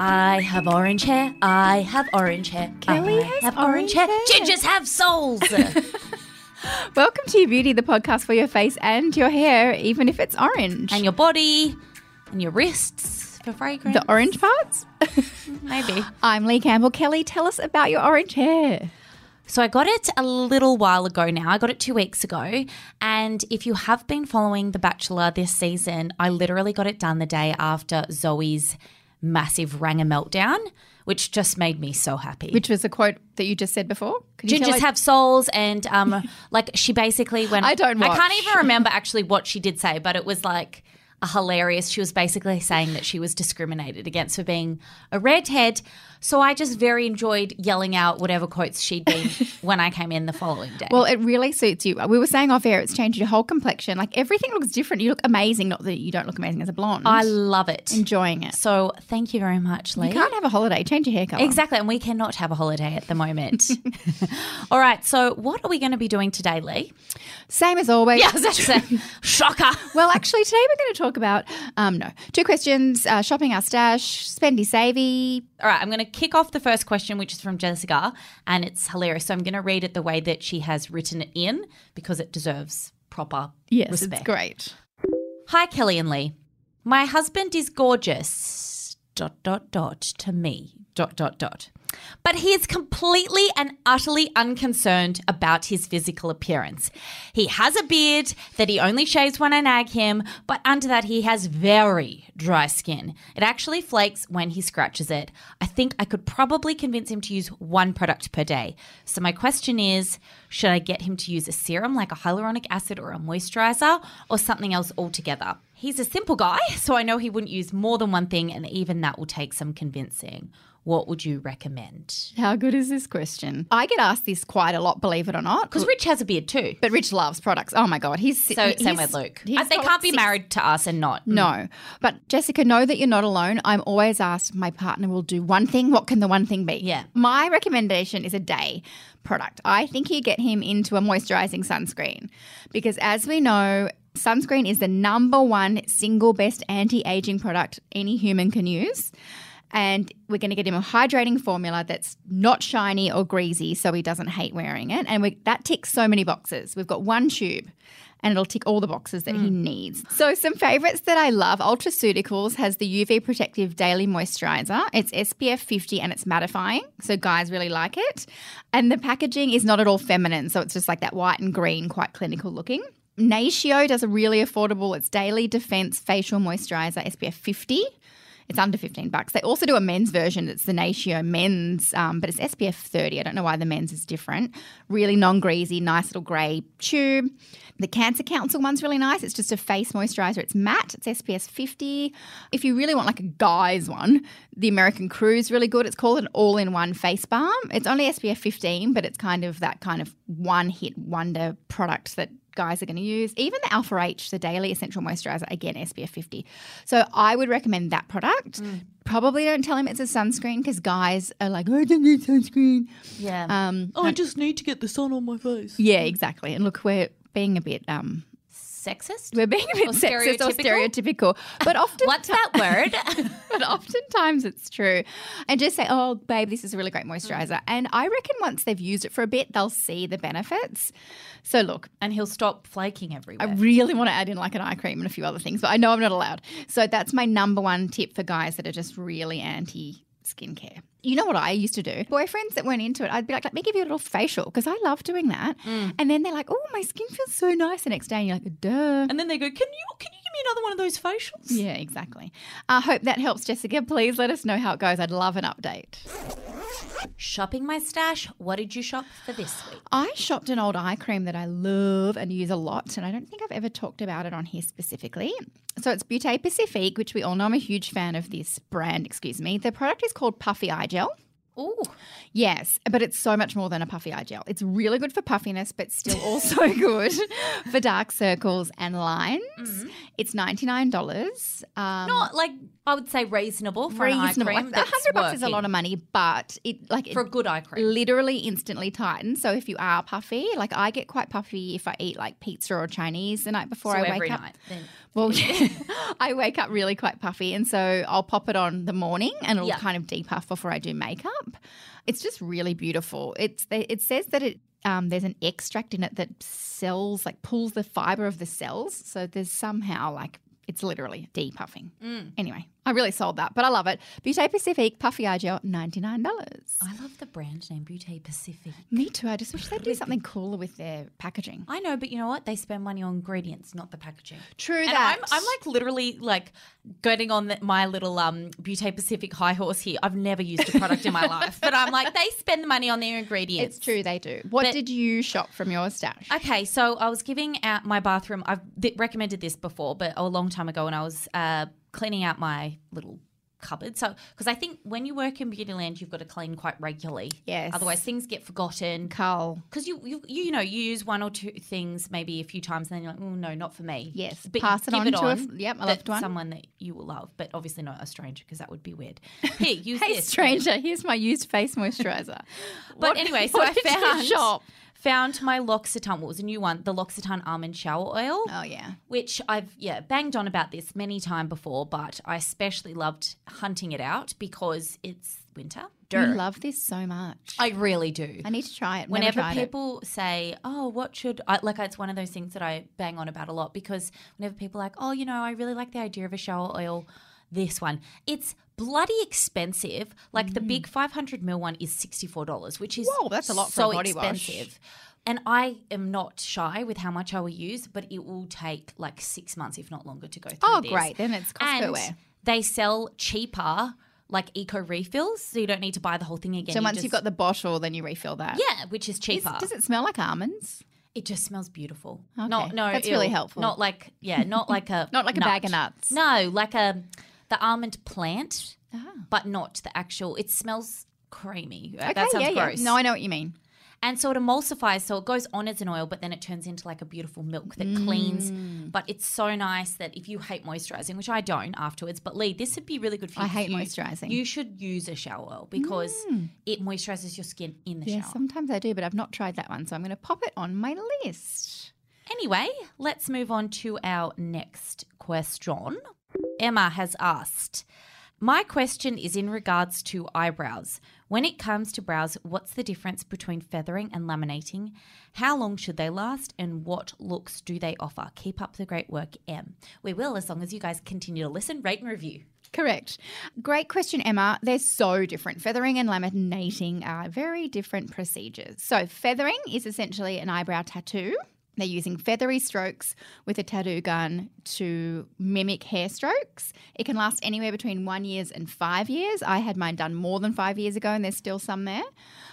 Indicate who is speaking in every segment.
Speaker 1: I have orange hair. I have orange hair.
Speaker 2: Kelly
Speaker 1: I
Speaker 2: has
Speaker 1: have orange
Speaker 2: orange
Speaker 1: hair.
Speaker 2: hair.
Speaker 1: Gingers have souls.
Speaker 2: Welcome to Your Beauty, the podcast for your face and your hair, even if it's orange.
Speaker 1: and your body and your wrists for fragrance.
Speaker 2: the orange parts?
Speaker 1: Maybe.
Speaker 2: I'm Lee Campbell. Kelly, tell us about your orange hair.
Speaker 1: So I got it a little while ago now. I got it two weeks ago. And if you have been following The Bachelor this season, I literally got it done the day after Zoe's massive Ranger meltdown, which just made me so happy.
Speaker 2: Which was a quote that you just said before. Could you tell
Speaker 1: Gingers
Speaker 2: us-
Speaker 1: have souls, and um, like she basically went.
Speaker 2: I don't
Speaker 1: I
Speaker 2: watch.
Speaker 1: can't even remember actually what she did say, but it was like a hilarious. She was basically saying that she was discriminated against for being a redhead. So I just very enjoyed yelling out whatever quotes she'd been when I came in the following day.
Speaker 2: Well, it really suits you. We were saying off air, it's changed your whole complexion. Like everything looks different. You look amazing. Not that you don't look amazing as a blonde.
Speaker 1: I love it.
Speaker 2: enjoying it.
Speaker 1: So thank you very much, Lee.
Speaker 2: You can't have a holiday. Change your hair color.
Speaker 1: Exactly, and we cannot have a holiday at the moment. All right, so what are we going to be doing today, Lee?
Speaker 2: Same as always.
Speaker 1: Yeah, that's a shocker.
Speaker 2: Well, actually, today we're going to talk about um, no two questions: uh, shopping our stash, spendy savey.
Speaker 1: All right, I'm going to kick off the first question, which is from Jessica, and it's hilarious. So I'm going to read it the way that she has written it in because it deserves proper respect.
Speaker 2: great.
Speaker 1: Hi, Kelly and Lee. My husband is gorgeous. Dot, dot, dot to me. Dot, dot, dot. But he is completely and utterly unconcerned about his physical appearance. He has a beard that he only shaves when I nag him, but under that he has very dry skin. It actually flakes when he scratches it. I think I could probably convince him to use one product per day. So my question is, should I get him to use a serum like a hyaluronic acid or a moisturizer or something else altogether? He's a simple guy, so I know he wouldn't use more than one thing and even that will take some convincing. What would you recommend?
Speaker 2: How good is this question? I get asked this quite a lot, believe it or not.
Speaker 1: Because Rich has a beard too.
Speaker 2: But Rich loves products. Oh my god, he's
Speaker 1: So
Speaker 2: he's,
Speaker 1: same with Luke.
Speaker 2: he's
Speaker 1: Uh, They
Speaker 2: got
Speaker 1: can't be
Speaker 2: six-
Speaker 1: married to us and not.
Speaker 2: No, but Jessica, know that you're not alone. I'm always asked, my partner will do one thing. What can the one thing be?
Speaker 1: Yeah.
Speaker 2: My recommendation is a day product. I think you get him into a moisturizing sunscreen because, as we know, sunscreen is the number one single best anti aging product any human can use. And we're going to get him a hydrating formula that's not shiny or greasy so he doesn't hate wearing it. And we, that ticks so many boxes. We've got one tube and it'll tick all the boxes that he needs. So, some favorites that I love Ultraceuticals has the UV Protective Daily Moisturizer. It's SPF 50 and it's mattifying. So, guys really like it. And the packaging is not at all feminine. So, it's just like that white and green, quite clinical looking. Natio does a really affordable, it's Daily Defense Facial Moisturizer SPF 50. It's under 15 bucks. They also do a men's version. It's the Natio men's, um, but it's SPF 30. I don't know why the men's is different. Really non greasy, nice little grey tube. The Cancer Council one's really nice. It's just a face moisturizer. It's matte. It's SPS 50. If you really want like a guy's one, the American Crew is really good. It's called an all in one face balm. It's only SPF 15, but it's kind of that kind of one hit wonder product that guys are going to use. Even the Alpha H, the daily essential moisturizer, again, SPF 50. So I would recommend that product.
Speaker 1: Mm.
Speaker 2: Probably don't tell him it's a sunscreen because guys are like, I don't need sunscreen.
Speaker 1: Yeah.
Speaker 2: Um,
Speaker 3: Oh, I just need to get the sun on my face.
Speaker 2: yeah, exactly. And look, we're being a bit, um,
Speaker 1: Sexist?
Speaker 2: we're being a bit
Speaker 1: Or
Speaker 2: sexist or
Speaker 1: stereotypical?
Speaker 2: stereotypical, but often
Speaker 1: What's that word?
Speaker 2: but oftentimes it's true. And just say, oh, babe, this is a really
Speaker 1: Mm.
Speaker 2: great moisturizer. And I reckon once they've used it for a bit, they'll see the benefits. So, look,
Speaker 1: and he'll stop flaking everywhere.
Speaker 2: I really want to add in like an eye cream and a few other things, but I know I'm not allowed. So, that's my number one tip for guys that are just really anti skincare. You know what I used to do? Boyfriends that weren't into it, I'd be like, let me give you a little facial because I love doing that. And then they're like, oh, my skin feels so nice the next day. And you're like, duh.
Speaker 3: And then they go, "Can you can you give me another one of those facials?"
Speaker 2: Yeah, exactly. I hope that helps, Jessica. Please let us know how it goes. I'd love an update.
Speaker 1: Shopping my stash. What did you shop for this week?
Speaker 2: I shopped an old eye cream that I love and use a lot, and I don't think I've ever talked about it on here specifically. So it's Beauté Pacifique, which we all know I'm a huge fan of this brand, excuse me. The product is called Puffy Eye Gel.
Speaker 1: Ooh.
Speaker 2: Yes, but it's so much more than a puffy eye gel. It's really good for puffiness, but still also good for dark circles and lines. It's ninety nine dollars. Um,
Speaker 1: Mm-hmm. Not like I would say reasonable for
Speaker 2: reasonable.
Speaker 1: an eye cream.
Speaker 2: Like, hundred bucks is a lot of money, but it like it
Speaker 1: for a good eye cream.
Speaker 2: literally instantly tightens. So if you are puffy, like I get quite puffy if I eat like pizza or Chinese the night before
Speaker 1: So
Speaker 2: I wake
Speaker 1: every
Speaker 2: up.
Speaker 1: night. Then-
Speaker 2: Well, yeah, I wake up really quite puffy, and so I'll pop it on the morning, and it'll
Speaker 1: Yeah.
Speaker 2: kind of depuff before I do makeup. It's just really beautiful. It's they- it says that it um, there's an extract in it that cells like pulls the fiber of the cells, so there's somehow like it's literally depuffing.
Speaker 1: Mm.
Speaker 2: Anyway, I really sold that, but I love it. Beauté Pacifique puffy eye gel, ninety nine dollars.
Speaker 1: I love the brand name Beauté Pacific.
Speaker 2: Me too. I just wish they'd do something cooler with their packaging.
Speaker 1: I know, but you know what? They spend money on ingredients, not the packaging.
Speaker 2: True
Speaker 1: And
Speaker 2: that.
Speaker 1: I'm, I'm like literally like getting on the, my little um Beauté Pacific high horse here. I've never used a product in my life, but I'm like they spend the money on their ingredients.
Speaker 2: It's true, they do. What did you shop from your stash?
Speaker 1: Okay, so I was giving out my bathroom. I've th- recommended this before, but a long time ago, and I was uh, cleaning out my little cupboard. So, because I think when you work in Beautyland, you've got to clean quite regularly.
Speaker 2: Yes.
Speaker 1: Otherwise, things get forgotten.
Speaker 2: Carl.
Speaker 1: Because you, you you know you use one or two things maybe a few times and then you're like oh no not for me
Speaker 2: Yes,
Speaker 1: but
Speaker 2: pass it
Speaker 1: give
Speaker 2: on
Speaker 1: it
Speaker 2: to a
Speaker 1: on
Speaker 2: f- yep, a
Speaker 1: that
Speaker 2: loved one.
Speaker 1: someone that you will love but obviously not a stranger because that would be weird here use
Speaker 2: Hey,
Speaker 1: this
Speaker 2: stranger, here's my used face moisturizer.
Speaker 1: but anyway so
Speaker 2: what
Speaker 1: I
Speaker 2: did you
Speaker 1: found
Speaker 2: shop?
Speaker 1: found my L'Occitane what was a new one the L'Occitane almond shower oil
Speaker 2: Oh, yeah.
Speaker 1: which I've yeah banged on about this many time before, but I especially loved hunting it out because it's winter.
Speaker 2: I
Speaker 1: Dirt.
Speaker 2: love this so much.
Speaker 1: I really do.
Speaker 2: I need to try it. Never
Speaker 1: Whenever
Speaker 2: tried it.
Speaker 1: people say, "Oh, what should I like?" It's one of those things that I bang on about a lot because whenever people are like, "Oh, you know, I really like the idea of a shower oil," this one, it's bloody expensive. Like the big 500 ml one is sixty four dollars, which is
Speaker 2: Mm. Whoa, that's a lot for a
Speaker 1: so
Speaker 2: body wash.
Speaker 1: expensive. And I am not shy with how much I will use, but it will take like six months, if not longer, to go through.
Speaker 2: Oh,
Speaker 1: this.
Speaker 2: great. Then it's Costco
Speaker 1: And
Speaker 2: wear.
Speaker 1: they sell cheaper, like eco refills, so you don't need to buy the whole thing again.
Speaker 2: So
Speaker 1: You
Speaker 2: once
Speaker 1: just-
Speaker 2: you've got the bottle, then you refill that.
Speaker 1: yeah, which is
Speaker 2: Is-
Speaker 1: cheaper.
Speaker 2: does it smell like almonds?
Speaker 1: It just smells beautiful.
Speaker 2: Okay,
Speaker 1: Not no,
Speaker 2: that's really
Speaker 1: ew.
Speaker 2: helpful.
Speaker 1: Not like yeah, not like a
Speaker 2: Not like a
Speaker 1: nut.
Speaker 2: bag of nuts.
Speaker 1: No, like a the almond plant,
Speaker 2: Ah.
Speaker 1: but not the actual. It smells creamy. Uh, that sounds
Speaker 2: yeah, yeah.
Speaker 1: gross.
Speaker 2: No, I know what you mean.
Speaker 1: And so it emulsifies, so it goes on as an oil, but then it turns into like a beautiful milk that cleans.
Speaker 2: Mm.
Speaker 1: But it's so nice that if you hate moisturizing, which I don't afterwards, but Lee, this would be really good for you.
Speaker 2: I
Speaker 1: 'cause
Speaker 2: hate Mm.
Speaker 1: you-
Speaker 2: moisturising.
Speaker 1: You should use a shower oil because it moisturizes your skin in the
Speaker 2: Yeah,
Speaker 1: shower.
Speaker 2: sometimes I do, but I've not tried that one, so I'm going to pop it on my list.
Speaker 1: Anyway, let's move on to our next question. Emma has asked My question is in regards to eyebrows. When it comes to brows, what's the difference between feathering and laminating? How long should they last and what looks do they offer? Keep up the great work, M. We will as long as you guys continue to listen, rate and review.
Speaker 2: Correct. Great question, Emma. They're so different. Feathering and laminating are very different procedures. So, feathering is essentially an eyebrow tattoo. They're using feathery strokes with a tattoo gun to mimic hair strokes. It can last anywhere between one years and five years. I had mine done more than five years ago, and there's still some there.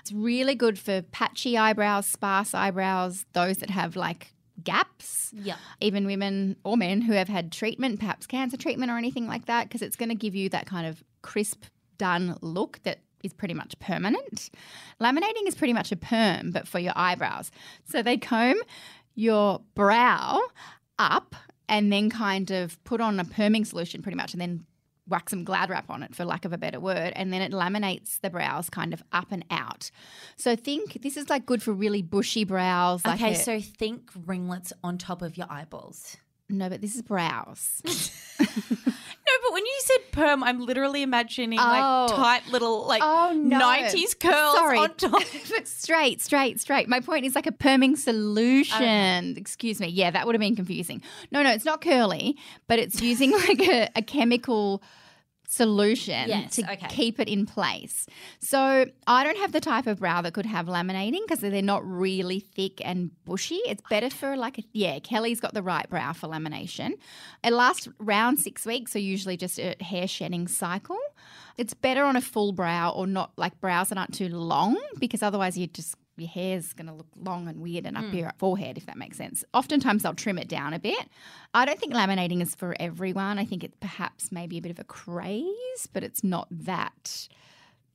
Speaker 2: It's really good for patchy eyebrows, sparse eyebrows, those that have like gaps
Speaker 1: Yeah.
Speaker 2: even women or men who have had treatment, perhaps cancer treatment or anything like that, because it's going to give you that kind of crisp, done look that is pretty much permanent. Laminating is pretty much a perm, but for your eyebrows. So they comb your brow up and then kind of put on a perming solution, pretty much, and then wax some glad wrap on it for lack of a better word and then it laminates the brows kind of up and out so think this is like good for really bushy brows like
Speaker 1: okay,
Speaker 2: a-
Speaker 1: so think ringlets on top of your eyeballs.
Speaker 2: no but this is brows
Speaker 1: No, but when you said perm, I'm literally imagining
Speaker 2: Oh.
Speaker 1: like tight little like
Speaker 2: Oh, no.
Speaker 1: 90s curls
Speaker 2: Sorry.
Speaker 1: on top.
Speaker 2: But straight, straight, straight. My point is like a perming solution. Excuse me. Yeah, that would have been confusing. No, no, it's not curly, but it's using like a, a chemical solution
Speaker 1: Yes,
Speaker 2: to
Speaker 1: okay.
Speaker 2: keep it in place. So I don't have the type of brow that could have laminating because they're not really thick and bushy. It's better for like a, yeah, Kelly's got the right brow for lamination. It lasts round six weeks, so usually just a hair shedding cycle. It's better on a full brow or not like brows that aren't too long because otherwise you just your hair's going to look long and weird and up
Speaker 1: Hmm.
Speaker 2: your forehead, if that makes sense. Oftentimes they'll trim it down a bit. I don't think laminating is for everyone. I think it's perhaps maybe a bit of a craze, but it's not that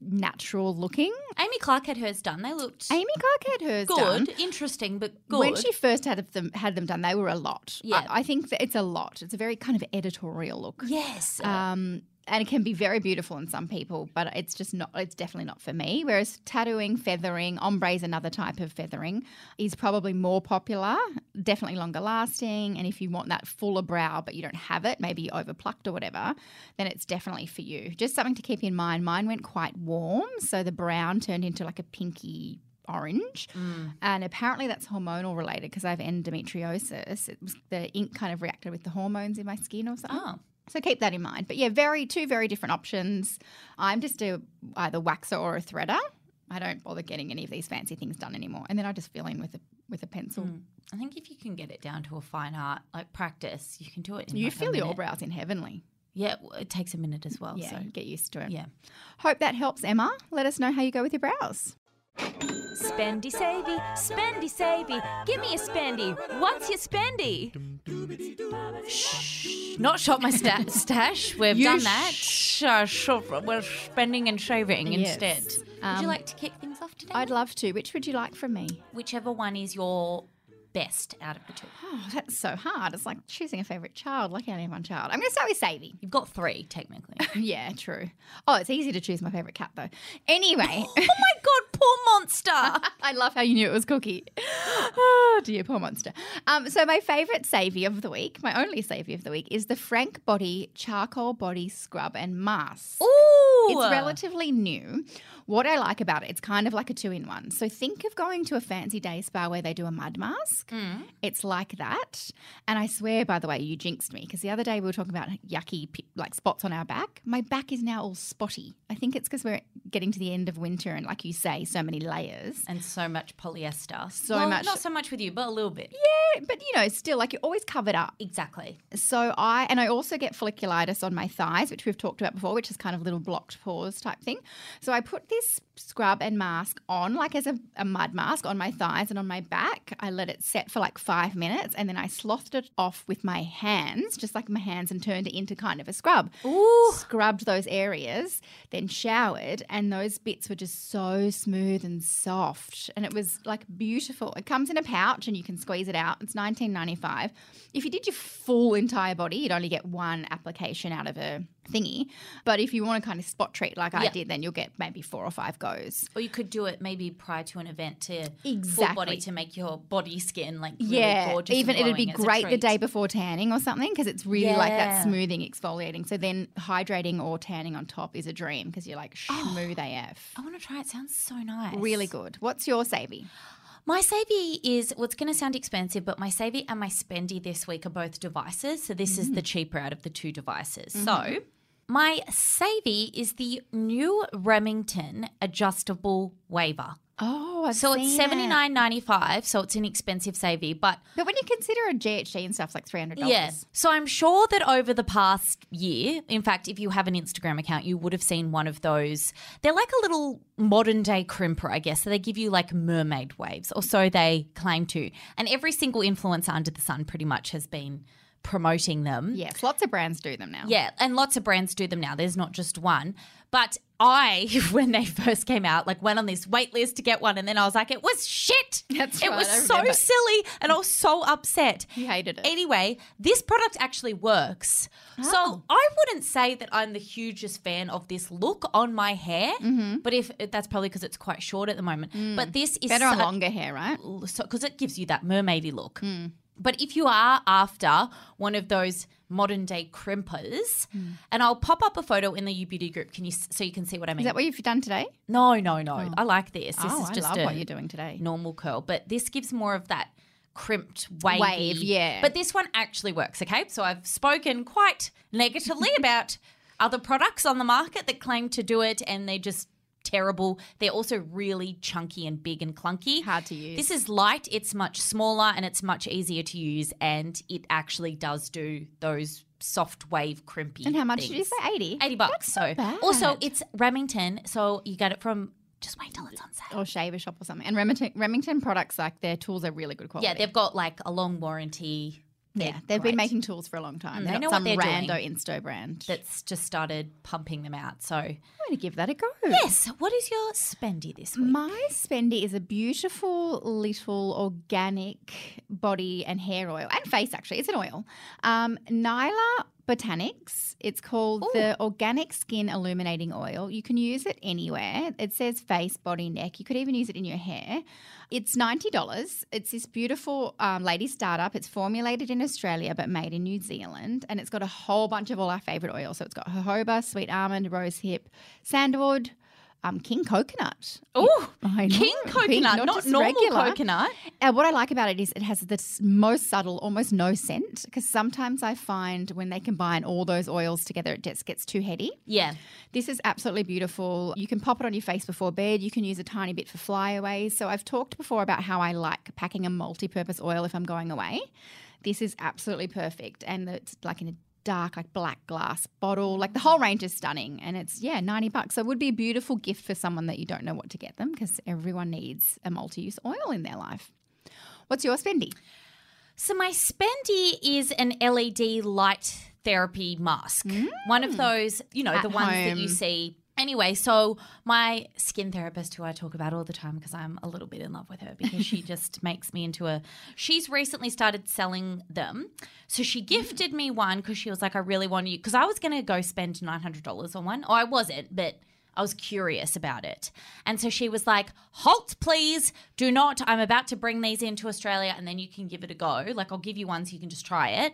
Speaker 2: natural looking.
Speaker 1: Amy Clark had hers done. They looked
Speaker 2: Amy Clark had hers done.
Speaker 1: good, interesting, but good.
Speaker 2: When she first had them had them done, they were a lot.
Speaker 1: Yeah.
Speaker 2: I, I think that it's a lot. It's a very kind of editorial look.
Speaker 1: yes.
Speaker 2: Um, and it can be very beautiful in some people, but it's just not. It's definitely not for me. Whereas tattooing, feathering, ombre is another type of feathering, is probably more popular, definitely longer lasting. And if you want that fuller brow, but you don't have it, maybe you overplucked or whatever, then it's definitely for you. Just something to keep in mind. Mine went quite warm, so the brown turned into like a pinky orange. And apparently that's hormonal related because I have endometriosis. It was the ink kind of reacted with the hormones in my skin or something.
Speaker 1: Oh.
Speaker 2: So keep that in mind. But yeah, very two very different options. I'm just a either waxer or a threader. I don't bother getting any of these fancy things done anymore. And then I just fill in with a with a pencil.
Speaker 1: I think if you can get it down to a fine art, like practice, you can do it. In
Speaker 2: You
Speaker 1: like a
Speaker 2: fill your
Speaker 1: minute.
Speaker 2: brows in heavenly.
Speaker 1: Yeah, well, it takes a minute as well.
Speaker 2: Yeah,
Speaker 1: So
Speaker 2: you get used to it.
Speaker 1: yeah.
Speaker 2: Hope that helps, Emma. Let us know how you go with your brows.
Speaker 4: Spendy savey, spendy savey, give me a spendy. What's your spendy?
Speaker 1: Not shop my sta- stash. We've
Speaker 2: You
Speaker 1: done that. Uh, sure, we're spending and shaving
Speaker 2: Yes.
Speaker 1: instead. Would
Speaker 2: Um,
Speaker 1: you like to kick things off today?
Speaker 2: I'd love to. Which would you like from me?
Speaker 1: Whichever one is your best out of the two.
Speaker 2: Oh, that's so hard. It's like choosing a favorite child. Lucky I only have one child. I'm going to start with Sadie.
Speaker 1: You've got three, technically. oh
Speaker 2: Yeah, true. Oh, it's easy to choose my favorite cat though. Anyway,
Speaker 1: Oh my god, poor monster!
Speaker 2: I love how you knew it was Cookie. Oh dear, poor monster. Um, so my favorite saviour of the week, my only saviour of the week, is the Frank Body Charcoal Body Scrub and Mask.
Speaker 1: Ooh,
Speaker 2: It's relatively new. What I like about it, it's kind of like a two in one. So think of going to a fancy day spa where they do a mud mask. It's like that. And I swear, by the way, you jinxed me because the other day we were talking about yucky pi- like spots on our back. My back is now all spotty. I think it's because we're getting to the end of winter and, like you say, so many layers.
Speaker 1: and so much polyester.
Speaker 2: So
Speaker 1: Well,
Speaker 2: much-
Speaker 1: Not so much with you, but a little bit.
Speaker 2: Eh, But you know, still, like you're always covered up.
Speaker 1: Exactly.
Speaker 2: So I and I also get folliculitis on my thighs, which we've talked about before, which is kind of little blocked pores type thing. So I put this scrub and mask on, like as a, a mud mask, on my thighs and on my back. I let it set for like five minutes, and then I slothed it off with my hands, just like my hands, and turned it into kind of a scrub. Ooh. Scrubbed those areas, then showered, and those bits were just so smooth and soft, and it was like beautiful. It comes in a pouch, and you can squeeze it out. It's 19.95. If you did your full entire body, you'd only get one application out of a thingy. But if you want to kind of spot treat like I
Speaker 1: Yeah.
Speaker 2: did, then you'll get maybe four or five goes.
Speaker 1: Or you could do it maybe prior to an event to full
Speaker 2: Exactly.
Speaker 1: body to make your body skin like really
Speaker 2: yeah,
Speaker 1: gorgeous. and
Speaker 2: even it'd be
Speaker 1: glowing as a
Speaker 2: great the
Speaker 1: treat.
Speaker 2: day before tanning or something because it's really like that
Speaker 1: Yeah.
Speaker 2: smoothing, exfoliating. So then hydrating or tanning on top is a dream because you're like
Speaker 1: Oh.
Speaker 2: smooth AF.
Speaker 1: I want to try. It sounds so nice.
Speaker 2: Really good. What's your savvy?
Speaker 1: My savvy is what's going to sound expensive, but my savvy and my spendy this week are both devices. So this is the cheaper out of the two devices. So my savvy is the new Remington adjustable waiver.
Speaker 2: Oh, I've
Speaker 1: So it's
Speaker 2: seen
Speaker 1: seventy
Speaker 2: it.
Speaker 1: nine ninety five. So it's an expensive savvy, but
Speaker 2: But when you consider a GHD and stuff's like three hundred dollars.
Speaker 1: Yes. So I'm sure that over the past year, in fact, if you have an Instagram account, you would have seen one of those. They're like a little modern day crimper, I guess. So they give you like mermaid waves, or so they claim to. And every single influencer under the sun pretty much has been promoting them.
Speaker 2: Yes, lots of brands do them now.
Speaker 1: Yeah, and lots of brands do them now. There's not just one. But I, when they first came out, like went on this wait list to get one, and then I was like, it was shit.
Speaker 2: That's
Speaker 1: it
Speaker 2: right,
Speaker 1: was
Speaker 2: I
Speaker 1: so
Speaker 2: remember.
Speaker 1: silly, and I was so upset.
Speaker 2: You hated it.
Speaker 1: Anyway, this product actually works.
Speaker 2: Oh.
Speaker 1: So I wouldn't say that I'm the hugest fan of this look on my hair,
Speaker 2: Mm-hmm.
Speaker 1: but if that's probably because it's quite short at the moment. But this is
Speaker 2: Mm. Better on
Speaker 1: such-
Speaker 2: longer hair, right?
Speaker 1: because it gives you that mermaidy look.
Speaker 2: Hmm.
Speaker 1: But if you are after one of those modern day crimpers,
Speaker 2: Hmm.
Speaker 1: and I'll pop up a photo in the U Beauty group, can you s- so you can see what I mean?
Speaker 2: Is that what you've done today?
Speaker 1: no, no, no. I like this. This
Speaker 2: oh,
Speaker 1: is just
Speaker 2: I love
Speaker 1: a
Speaker 2: what you're doing today.
Speaker 1: normal curl, but this gives more of that crimped wavy.
Speaker 2: Wave, yeah.
Speaker 1: But this one actually works. Okay, so I've spoken quite negatively about other products on the market that claim to do it, and they're just. Terrible. They're also really chunky and big and clunky.
Speaker 2: Hard to use.
Speaker 1: This is light, it's much smaller, and it's much easier to use. And it actually does do those soft wave crimpy.
Speaker 2: And how much did you
Speaker 1: things.
Speaker 2: say? Eighty.
Speaker 1: 80 bucks. so,
Speaker 2: bad.
Speaker 1: also, it's Remington, so you get it from just wait till it's on sale.
Speaker 2: Or shaver shop or something. And Remington, Remington products, like their tools are really good quality.
Speaker 1: Yeah, they've got like a long warranty.
Speaker 2: Yeah, they've
Speaker 1: great.
Speaker 2: been making tools for a long time.
Speaker 1: Mm,
Speaker 2: They're
Speaker 1: they
Speaker 2: not
Speaker 1: know what
Speaker 2: some
Speaker 1: they're
Speaker 2: rando
Speaker 1: doing.
Speaker 2: insto brand.
Speaker 1: that's just started pumping them out. So,
Speaker 2: I'm going to give that a go.
Speaker 1: yes, what is your spendy this week?
Speaker 2: My Spendy is a beautiful little organic body and hair oil and face, actually. It's an oil. Um, Nyla Botanics. It's called the Organic Skin Illuminating Oil. You can use it anywhere. It says face, body, neck. You could even use it in your hair. It's $90. It's this beautiful um, lady startup. It's formulated in Australia but made in New Zealand. And it's got a whole bunch of all our favorite oils. So it's got jojoba, sweet almond, rose hip, sandalwood um, king coconut.
Speaker 1: Oh,
Speaker 2: I know.
Speaker 1: king
Speaker 2: Pink,
Speaker 1: coconut, not,
Speaker 2: just
Speaker 1: normal
Speaker 2: regular.
Speaker 1: coconut.
Speaker 2: Uh, what I like about it is it has the s- most subtle, almost no scent. Because sometimes I find when they combine all those oils together, it just gets too heady.
Speaker 1: Yeah.
Speaker 2: This is absolutely beautiful. You can pop it on your face before bed. You can use a tiny bit for flyaways. So I've talked before about how I like packing a multi-purpose oil if I'm going away. This is absolutely perfect, and it's like in a dark, like black glass bottle. Like the whole range is stunning, and it's yeah, ninety bucks. So it would be a beautiful gift for someone that you don't know what to get them because everyone needs a multi-use oil in their life. What's your spendy?
Speaker 1: So my spendy is an LED light therapy mask. One of those, you know,
Speaker 2: At
Speaker 1: the ones that you
Speaker 2: home.
Speaker 1: see. Anyway, so my skin therapist, who I talk about all the time because I'm a little bit in love with her because she just makes me into a. She's recently started selling them. So she gifted me one because she was like, I really want you. Because I was going to go spend $900 on one. Or I wasn't, but I was curious about it. And so she was like, Halt, please. Do not. I'm about to bring these into Australia and then you can give it a go. Like, I'll give you one so you can just try it.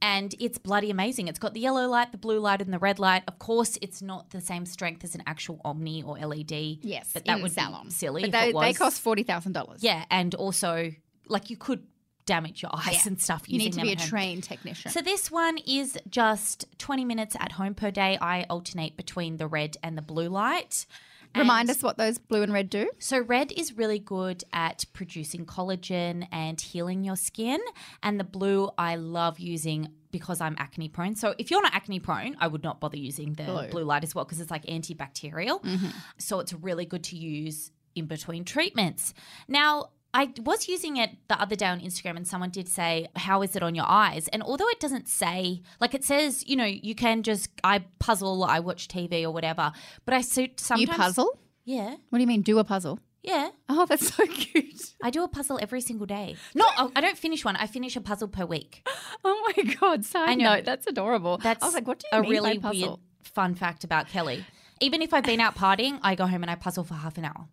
Speaker 1: And it's bloody amazing. It's got the yellow light, the blue light, and the red light. Of course, it's not the same strength as an actual Omni or LED.
Speaker 2: Yes,
Speaker 1: but that
Speaker 2: in
Speaker 1: would
Speaker 2: salon.
Speaker 1: be silly.
Speaker 2: But
Speaker 1: if
Speaker 2: they,
Speaker 1: it was.
Speaker 2: they cost forty thousand dollars.
Speaker 1: Yeah, and also, like, you could damage your eyes and stuff.
Speaker 2: you
Speaker 1: using
Speaker 2: need to
Speaker 1: them
Speaker 2: be a
Speaker 1: at home.
Speaker 2: trained technician.
Speaker 1: So this one is just 20 minutes at home per day. I alternate between the red and the blue light. And
Speaker 2: Remind us what those blue and red do.
Speaker 1: So red is really good at producing collagen and healing your skin, and the blue I love using because I'm acne prone. So if you're not acne prone, I would not bother using the blue, light as well because it's like antibacterial.
Speaker 2: Mm-hmm.
Speaker 1: So it's really good to use in between treatments. Now, I was using it the other day on Instagram and someone did say, How is it on your eyes? And although it doesn't say, like it says, you know, you can just, I puzzle, I watch TV or whatever, but I suit
Speaker 2: You
Speaker 1: sometimes.
Speaker 2: puzzle.
Speaker 1: Yeah.
Speaker 2: What do you mean, do a puzzle?
Speaker 1: Yeah.
Speaker 2: Oh, that's so cute.
Speaker 1: I do a puzzle every single day. No, I- I don't finish one. I finish a puzzle per week.
Speaker 2: Oh my god! Side
Speaker 1: I know.
Speaker 2: note, that's adorable.
Speaker 1: That's
Speaker 2: I was like, what do you
Speaker 1: a
Speaker 2: mean
Speaker 1: really
Speaker 2: by puzzle?
Speaker 1: weird fun fact about Kelly. Even if I've been out partying, I go home and I puzzle for half an hour.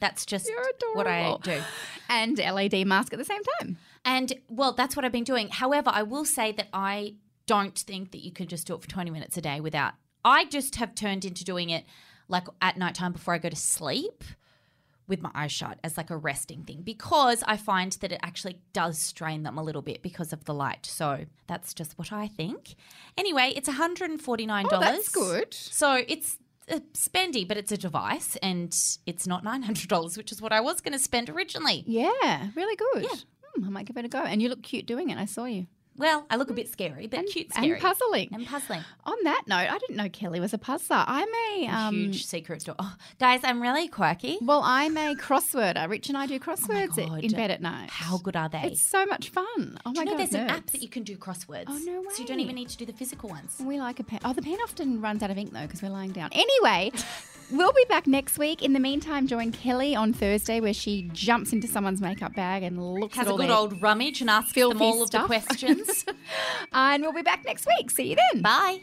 Speaker 1: That's just what I
Speaker 2: adorable.
Speaker 1: do.
Speaker 2: And LED mask at the same time.
Speaker 1: And well, that's what I've been doing. However, I will say that I don't think that you can just do it for 20 minutes a day without. I just have turned into doing it like at nighttime before I go to sleep with my eyes shut as like a resting thing because I find that it actually does strain them a little bit because of the light. So that's just what I think. Anyway, it's $149.
Speaker 2: Oh, that's good.
Speaker 1: So it's uh, spendy, but it's a device and it's not $900, which is what I was going to spend originally.
Speaker 2: Yeah, really good. Hmm, I might give it a go. And you look cute doing it. I saw you.
Speaker 1: Well, I look a bit scary, but cute scary.
Speaker 2: And puzzling.
Speaker 1: And puzzling.
Speaker 2: On that note, I didn't know Kelly was a puzzler. I'm a um,
Speaker 1: Huge secret door. Oh, guys, I'm really quirky.
Speaker 2: Well, I'm a crossworder. Rich and I do crosswords i-
Speaker 1: God.
Speaker 2: in bed at night.
Speaker 1: How good are they?
Speaker 2: It's so much fun. Oh my
Speaker 1: you know,
Speaker 2: god!
Speaker 1: there's an
Speaker 2: nerds.
Speaker 1: app that you can do crosswords.
Speaker 2: Oh, no
Speaker 1: So you don't
Speaker 2: way.
Speaker 1: even need to do the physical ones.
Speaker 2: We like a pen. Oh, the pen often runs out of ink though because we're lying down. Anyway, we'll be back next week. In the meantime, join Kelly on Thursday where she jumps into someone's makeup bag and looks
Speaker 1: Has
Speaker 2: at
Speaker 1: a
Speaker 2: all
Speaker 1: good
Speaker 2: their-
Speaker 1: old rummage and asks
Speaker 2: filthy
Speaker 1: them all of the
Speaker 2: stuff.
Speaker 1: questions.
Speaker 2: And we'll be back next week. See you then.
Speaker 1: Bye.